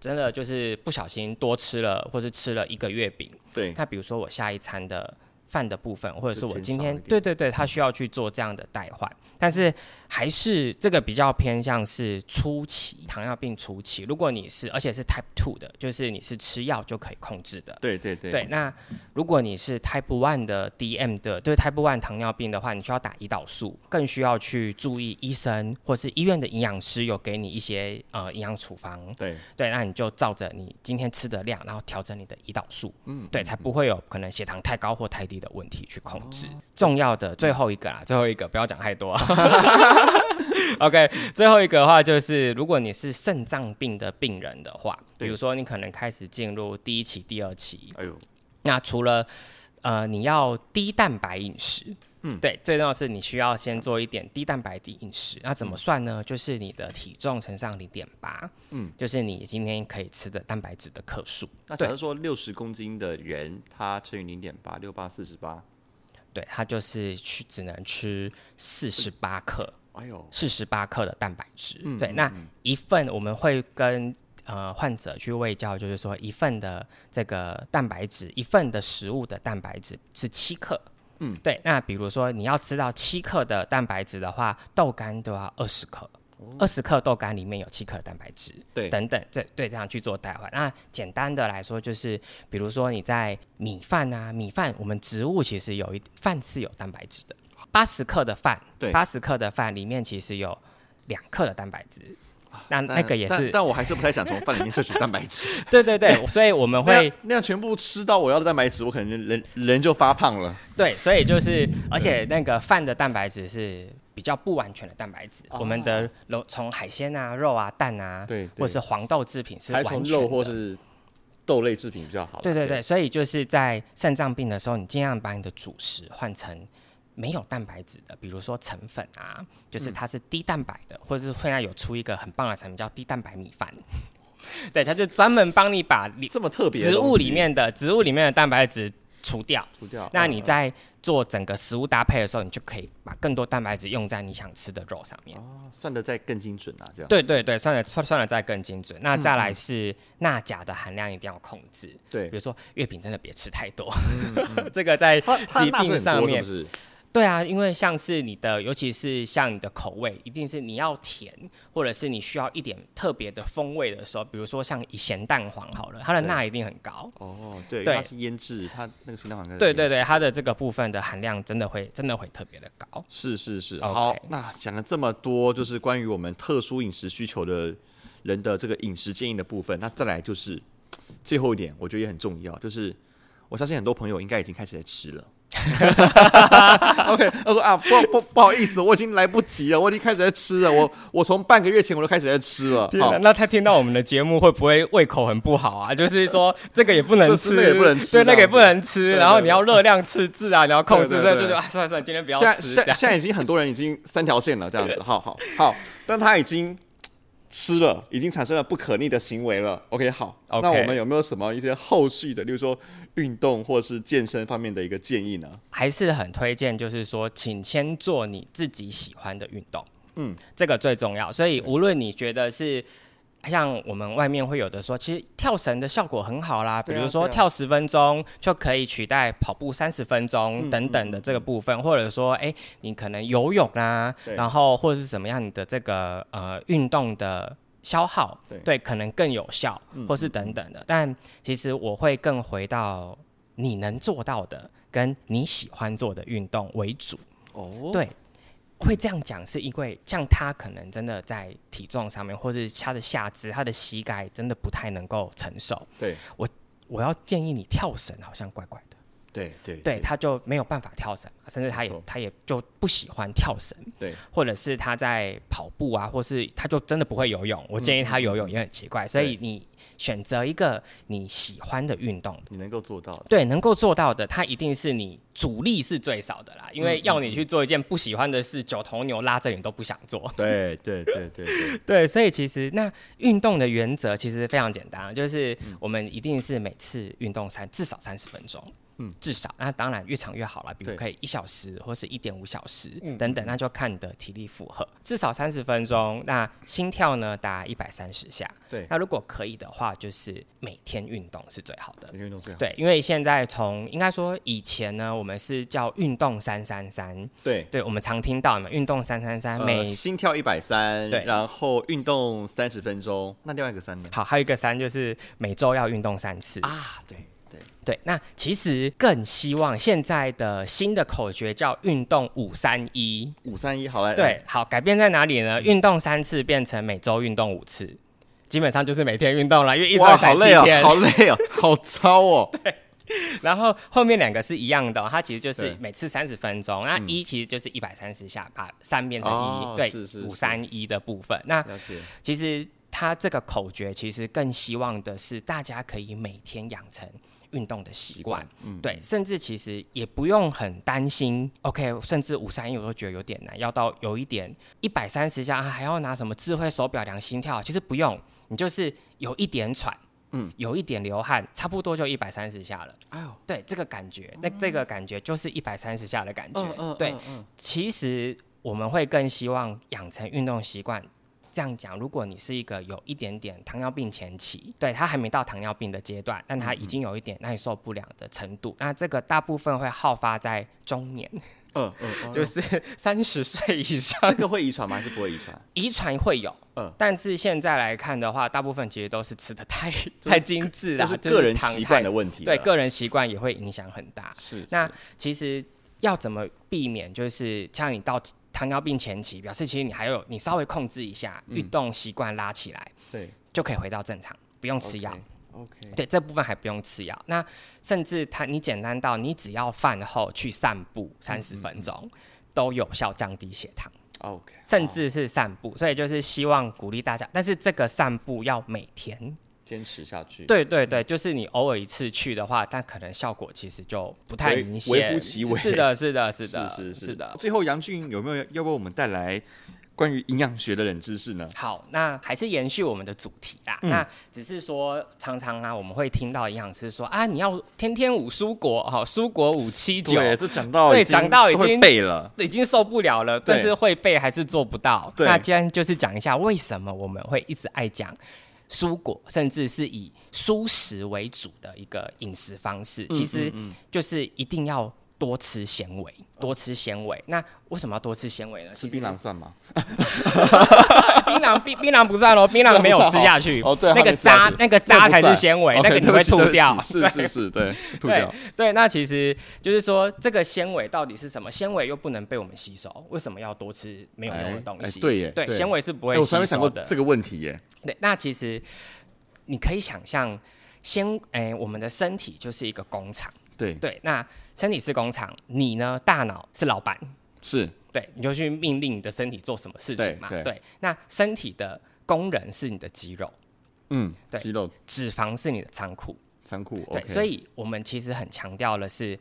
B: 真的就是不小心多吃了，或是吃了一个月饼，
A: 对
B: 那比如说我下一餐的饭的部分，或者
A: 嗯
B: 是
A: 就
B: 我
A: 减
B: 今
A: 少
B: 天
A: 一点
B: 对对对，它需要去做这样的代换，但是还是这个比较偏向是初期糖尿病初期，如果你是而且是 Type Two 的，就是你是吃药就可以控制的。
A: 对对对
B: 对，那如果你是 Type One 的 DM 的，对 Type One 糖尿病的话，你需要打胰岛素，更需要去注意医生或是医院的营养师有给你一些呃营养处方。
A: 对
B: 对，那你就照着你今天吃的量，然后调整你的胰岛素，嗯，哦对，才不会有可能血糖太高或太低的问题去控制。重要的最后一个啦，最后一个不要讲太 多。OK，最后一个的话就是，如果你是肾脏病的病人的话，比
A: 对
B: 如说你可能开始进入第一期、第二期，
A: 哎呦
B: 那除了呃，你要低蛋白饮食，嗯，对，最重要的是你需要先做一点低蛋白的饮食。那怎么算呢？就是你的体重乘上零点八，嗯，就是你今天可以吃的蛋白质的克数。
A: 那假
B: 对
A: 如说六十公斤的人，他乘以零点八，六八四十八，
B: 对，它就是去只能吃四十八克，
A: 哎呦，
B: 四十八克的蛋白质。对，那一份我们会跟呃患者去喂教，就是说一份的这个蛋白质，一份的食物的蛋白质是七克。嗯，对。那比如说你要吃到七克的蛋白质的话，豆干都要二十克。二十克豆干里面有七克的蛋白质，
A: 对
B: 等等，这对这样去做代换。那简单的来说，就是比如说你在米饭啊，米饭我们植物其实有一饭是有蛋白质的，八十克的饭，
A: 啊对
B: 八十克的饭里面其实有两克的蛋白质，那
A: 啊但
B: 那个也
A: 但
B: 是，
A: 但我还是不太想从饭里面摄取蛋白质，
B: 对对对，所以我们
A: 那
B: 会
A: 样那样全部吃到我要的蛋白质，我可能人人就发胖了。
B: 对，所以就是，而且那个饭的蛋白质是比较不完全的蛋白质，我们的肉从海鲜啊、肉啊、蛋啊，
A: 啊对对
B: 或是黄豆制品是
A: 还
B: 完
A: 是
B: 全
A: 从
B: 的
A: 肉或是豆类制品比较好啦。
B: 对对对，所以就是在肾脏病的时候，你尽量把你的主食换成没有蛋白质的，比如说成粉啊，就是
A: 嗯
B: 它是低蛋白的，或者是现在有出一个很棒的产品叫低蛋白米饭， 对，它就专门帮你把里
A: 这么特别的
B: 植物
A: 东西
B: 里面的植物里面的蛋白质除掉。
A: 除掉。
B: 那
A: 嗯
B: 你在做整个食物搭配的时候，你就可以把更多蛋白质用在你想吃的肉上面。
A: 哦算的再更精准啊，这样。
B: 对对对，算了算算了，再更精准。那
A: 嗯
B: 再来是钠钾的含量一定要控制，
A: 对
B: 比如说月饼真的别吃太多， 这个在
A: 嗯它它
B: 疾
A: 钠是
B: 病
A: 很
B: 上
A: 多是
B: 面
A: 不是？
B: 对啊，因为像是你的，尤其是像你的口味，一定是你要甜，或者是你需要一点特别的风味的时候，比如说像以咸蛋黄好了，它的
A: 对
B: 钠一定很高。
A: 哦，对，因为
B: 对
A: 它是腌制，它那个咸蛋黄应该是
B: 对
A: 腌
B: 对
A: 制，
B: 对，它的这个部分的含量真的会真的会特别的高。
A: 是是是。
B: OK
A: 好，那讲了这么多，就是关于我们特殊饮食需求的人的这个饮食建议的部分。那再来就是最后一点，我觉得也很重要，就是我相信很多朋友应该已经开始在吃了。OK，他说啊，不不不好意思，我已经来不及了，我已经开始在吃了，我我从半个月前我就开始在吃了，
B: 天哪，
A: 好
B: 那他听到我们的节目会不会胃口很不好啊？就是 说这个也不能
A: 这
B: 吃，
A: 这个也不能吃
B: 对，那
A: 这
B: 个也
A: 样子
B: 不能吃，
A: 对
B: 然后
A: 对
B: 你要热量赤字啊，你要控制，
A: 对对
B: 所以
A: 对
B: 就是啊，算了算了，今天不要
A: 现在
B: 吃
A: 现
B: 这
A: 在
B: 样。
A: 现在已经很多人已经三条线了，这样子，好好好，但他已经吃了，已经产生了不可逆的行为了。OK，好
B: OK
A: 那我们有没有什么一些后续的，例如说运动或是健身方面的一个建议呢？
B: 还是很推荐，就是说，请先做你自己喜欢的运动，
A: 嗯
B: 嗯，这个最重要。所以无论你觉得是。像我们外面会有的说，其实跳绳的效果很好啦，比
A: 对啊
B: 如说
A: 对啊
B: 跳十分钟就可以取代跑步三十分
A: 嗯
B: 钟等等的这个部分，或者说，哎、你可能游泳啊
A: 对，
B: 然后或者是怎么样，你的这个呃运动的消耗，
A: 对嗯
B: 可能更有效，或是等等的。但其实我会更回到你能做到的跟你喜欢做的运动为主。
A: 哦，
B: 对，会这样讲是因为像他可能真的在体重上面，或是他的下肢、他的膝盖真的不太能够承受。
A: 对
B: 我要建议你跳绳，好像怪怪的，
A: 对对
B: 对，他就没有办法跳绳嘛，甚至他
A: 没
B: 也
A: 错
B: 他也就不喜欢跳绳，
A: 对，
B: 或者是他在跑步啊，或是他就真的不会游泳。我建议他游泳也很奇怪，所以你选择一个你喜欢的运动，
A: 你能够做到的。
B: 对，能够做到的，它一定是你阻力是最少的啦，因
A: 嗯
B: 为要你去做一件不喜欢的事，九头牛拉着你都不想 做。
A: 对对对对对，
B: 对，所以其实那运动的原则其实非常简单，就是我们一定是每次运动三至少三十分钟。
A: 嗯
B: 嗯，至少那当然越长越好了，比如
A: 对
B: 可以一小时或是一点五小时
A: 嗯
B: 等等，那就看你的体力负荷，至少三十分钟。那心跳呢达一百三十下，
A: 对
B: 那如果可以的话，就是每天运动是最好的。
A: 运动最好。
B: 对，因为现在从应该说以前呢，我们是叫运动三三三，
A: 对，
B: 对我们常听到嘛，运动三三三，每、
A: 呃、心跳一百三，
B: 对
A: 然后运动三十分钟，那另外一个三呢？
B: 好，还有一个三就是每周要运动三次。
A: 啊，对对，
B: 对，那其实更希望现在的新的口诀叫运动五三一。
A: 五三一，好来，
B: 对，好，改变在哪里
A: 嗯
B: 呢？运动三次变成每周运动五次，基本上就是每天运动了，因为一周
A: 哇，
B: 才
A: 好
B: 七
A: 累哦，
B: 天。
A: 好累 哦，好糟哦。
B: 然后后面两个是一样的哦、它其实就是
A: 对嗯
B: 每次三十分钟，那一其实就是一百三十下，把三变成一、
A: 哦
B: 对
A: 是是是
B: 五三一的部分。那
A: 了解，
B: 其实它这个口诀其实更希望的是大家可以每天养成。运动的习惯，
A: 嗯
B: 对，甚至其实也不用很担心。OK，甚至五三一我都觉得有点难，要到有一点一百三十下、啊还要拿什么智慧手表量心跳，其实不用，你就是有一点喘，
A: 嗯
B: 嗯，有一点流汗，差不多就一百三十下了。
A: 哎呦，
B: 对，这个感觉，那这个感觉就是一百三十下的感觉。
A: 嗯嗯，
B: 对
A: 嗯，，嗯
B: 其实我们会更希望养成运动习惯。这样讲，如果你是一个有一点点糖尿病前期，对他还没到糖尿病的阶段，但他已经有一点耐受不良的程度，那这个大部分会好发在中年，
A: 嗯嗯嗯，
B: 就
A: 就是
B: 三十岁以上
A: 这，个会遗传吗？还是不会遗 传？
B: 遗传会有。
A: 嗯
B: 但是现在来看的话，大部分其实都是吃的太太精致
A: 这
B: 了，
A: 是
B: 啊就
A: 个人
B: 糖
A: 习
B: 太
A: 惯的问题了。
B: 对个人习惯也会影响很大。
A: 是
B: 那
A: 是
B: 其实要怎么避免？就是像你到糖尿病前期，表示其实你还有你稍微控制一下运动习惯拉起来，
A: 对
B: 就可以回到正常，不用吃药。
A: ，OK，
B: 对这部分还不用吃药。那甚至它你简单到你只要饭后去散步三十分钟，都有效降低血糖。
A: 哦 OK，
B: 甚至是散步，所以就是希望鼓励大家，但是这个散步要每天。
A: 坚持下去，，
B: 对对对，就是你偶尔一次去的话，但可能效果其实就不太
A: 微
B: 明显，
A: 微乎其微
B: 是 的，是的，是
A: 是
B: 的，
A: 是
B: 是的。
A: 最后，杨俊有没有要为我们带来关于营养学的冷知识呢？
B: 好，那还是延续我们的主题啦。
A: 嗯
B: 那只是说，常常啊，我们会听到营养师说啊，你要天天五蔬果，好、蔬果五七九，
A: 对，这讲到
B: 对
A: 已经
B: 讲到已
A: 都会
B: 经
A: 背了，
B: 已经受不了了，
A: 对
B: 但是会背还是做不到。
A: 对
B: 那今天就是讲一下为什么我们会一直爱讲蔬果，甚至是以蔬食为主的一个饮食方式，
A: 嗯
B: 其实就是一定要多吃纤维，多吃纤维。那为什么要多吃纤维呢？
A: 吃槟榔算吗？
B: 槟榔槟槟榔不算咯，槟榔 没有吃下去，
A: 哦，对，
B: 嗯那
A: 还
B: 个
A: 没吃下
B: 渣
A: 去
B: 那个渣
A: 不
B: 才
A: 算
B: 是纤维，
A: OK，
B: 那个你
A: 对不
B: 会
A: 起对
B: 吐
A: 不起
B: 掉。
A: 是是是，对，吐
B: 对
A: 掉。
B: 对，那其实就是说，这个纤维到底是什么？纤维又不能被我们吸收，为什么要多吃没有用
A: 哎
B: 的东西？
A: 哎对耶
B: 对，
A: 对
B: 纤维是不
A: 哎
B: 会
A: 我
B: 吸
A: 从来没想
B: 收
A: 过
B: 的。
A: 这个问题耶。
B: 对，那其实你可以想象，先诶、我们的身体就是一个工厂，
A: 对，
B: 对，那身体是工厂，你呢，大脑是老板，
A: 是
B: 对，你就去命令你的身体做什么事情嘛，
A: 对对
B: 那身体的工人是你的肌肉，
A: 嗯，
B: 对
A: 肌肉
B: 脂肪是你的仓库，
A: 仓库
B: 对
A: ，OK，
B: 所以我们其实很强调的是，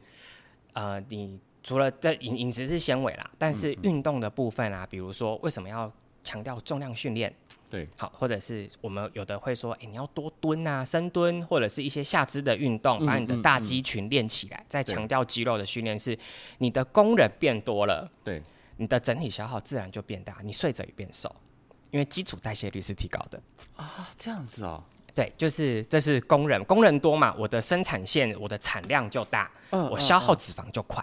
B: 呃，你除了在饮饮食是纤维啦，但
A: 嗯
B: 是运动的部分啊，比如说为什么要强调重量训练？
A: 对，
B: 好，或者是我们有的会说，哎、你要多蹲啊，深蹲，或者是一些下肢的运动，把你的大肌群练起来。再
A: 嗯对
B: 强调肌肉的训练是，你的工人变多了，
A: 对，
B: 你的整体消耗自然就变大，你睡着也变瘦，因为基础代谢率是提高的。
A: 啊，这样子哦，
B: 对，就是这是工人，工人多嘛，我的生产线我的产量就大，
A: 嗯哦
B: 我消耗脂肪就快，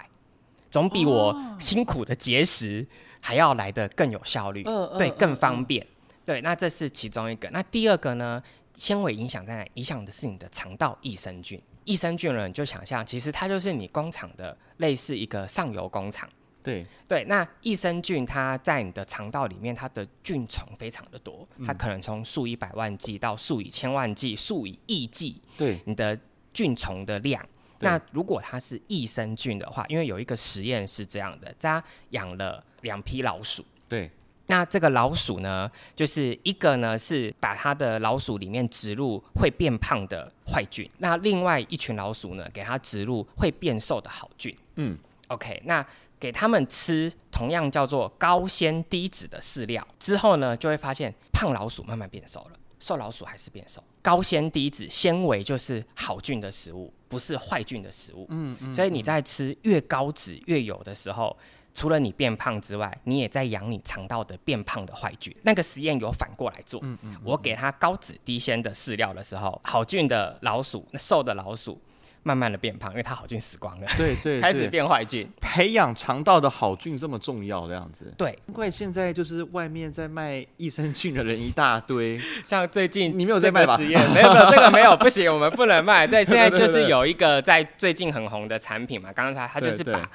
B: 总比我辛苦的节食还要来的更有效率，
A: 嗯嗯
B: 对，
A: 嗯
B: 更方便。对，那这是其中一个。那第二个呢？纤维影响在哪？影响的是你的肠道益生菌。益生菌呢，你就想象，其实它就是你工厂的类似一个上游工厂。
A: 对，
B: 对，那益生菌它在你的肠道里面，它的菌虫非常的多，
A: 嗯
B: 它可能从数以百万计到数以千万计、数以亿计，
A: 对，
B: 你的菌虫的量。
A: 对
B: 那如果它是益生菌的话，因为有一个实验是这样的，他养了两批老鼠，
A: 对，
B: 那这个老鼠呢，就是一个呢是把它的老鼠里面植入会变胖的坏菌，那另外一群老鼠呢，给它植入会变瘦的好菌。
A: 嗯
B: ，OK，那给他们吃同样叫做高纤低脂的饲料之后呢，就会发现胖老鼠慢慢变瘦了，瘦老鼠还是变瘦。高纤低脂纤维就是好菌的食物，不是坏菌的食物。嗯嗯，所以你在吃越高脂越油的时候，除了你变胖之外，你也在养你肠道的变胖的坏菌。那个实验有反过来做，
A: 嗯
B: 我给它高脂低纤的饲料的时候，好菌的老鼠、那瘦的老鼠慢慢的变胖，因为它好菌死光了，
A: 对 对，
B: 开始
A: 对
B: 变坏菌。
A: 培养肠道的好菌这么重要这样子。
B: 对，
A: 难怪现在就是外面在卖益生菌的人一大堆，
B: 像最近
A: 你没有在卖吧
B: 这个实验没有没有这个没有不行，我们不 能卖。对，现在
A: 对对
B: 就
A: 对
B: 是有一个在最近很红的产品嘛，刚刚它它
A: 对
B: 就是
A: 对
B: 把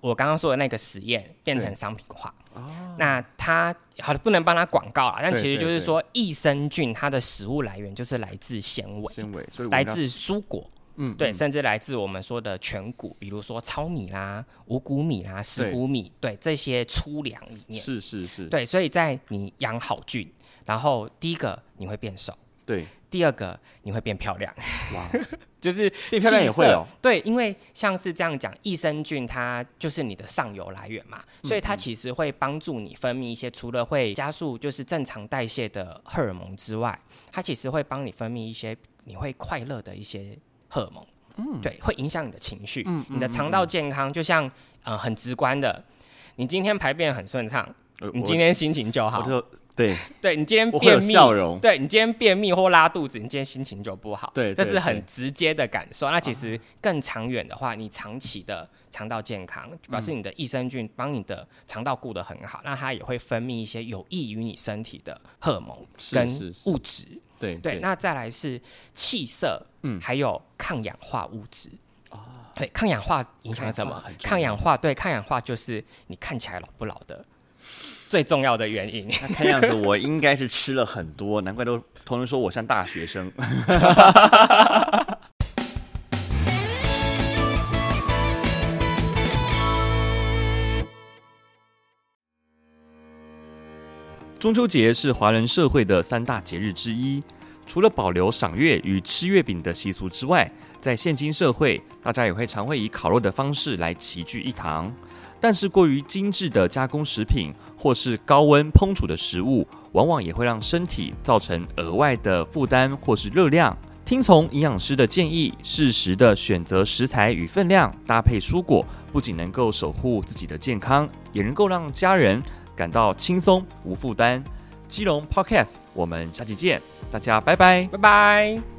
B: 我刚刚说的那个实验变成
A: 对
B: 商品化。
A: 哦
B: 那它好的不能帮它广告啦，但
A: 对
B: 其实
A: 对
B: 就是
A: 对
B: 说益生菌它的食物来源就是来自纤维，
A: 纤维，所以我们
B: 来
A: 要
B: 自蔬果，
A: 嗯
B: 对，甚至来自我们说的全谷，比如说糙米啦、五谷米啦、十谷米，对这些粗粮里面，
A: 是是是，
B: 对，所以在你养好菌，然后第一个你会变瘦，
A: 对，
B: 第二个你会变漂亮，
A: 哇，
B: 就是
A: 变漂亮也
B: 气色
A: 会哦，
B: 对，因为像是这样讲，益生菌它就是你的上游来源嘛，所以
A: 嗯
B: 它其实会帮助你分泌一些，除了会加速就是正常代谢的荷尔蒙之外，它其实会帮你分泌一些你会快乐的一些荷尔蒙，嗯，对，会影响你的情
A: 嗯
B: 绪，你的肠道健康，就像呃很直观的，你今天排便很顺畅，
A: 呃
B: 你
A: 我
B: 今天心情就
A: 我
B: 好，
A: 就对
B: 对你今天
A: 我会有
B: 便秘，
A: 笑容，
B: 对你今天便秘或拉肚子，你今天心情就不好。
A: 对
B: 这
A: 对
B: 是很
A: 对
B: 直接的感受。那其实更长远的话，你长期的肠道健康，
A: 嗯
B: 表示你的益生菌帮你的肠道顾得很好，那它也会分泌一些有益于你身体的荷尔蒙
A: 是是
B: 跟
A: 是
B: 物质。
A: 对
B: 对，那再来是气色，
A: 嗯啊
B: 嗯，还有抗氧化物质。对，抗氧化影响
A: 抗
B: 什
A: 氧
B: 么
A: 化很？重要
B: 抗氧化对，抗氧化就是你看起来老不老的最重要的原因。
A: 那看样子我应该是吃了很多，难怪都同人说我像大学生。 中秋节是华人社会的三大节日之一，除了保留赏月与吃月饼的习俗之外，在现今社会，大家也会常会以烤肉的方式来齐聚一堂。但是过于精致的加工食品或是高温烹煮的食物，往往也会让身体造成额外的负担或是热量。听从营养师的建议，适时的选择食材与分量，搭配蔬果，不仅能够守护自己的健康，也能够让家人感到轻松无负担。基隆 Podcast，我们下期见，大家拜拜。
B: 拜拜。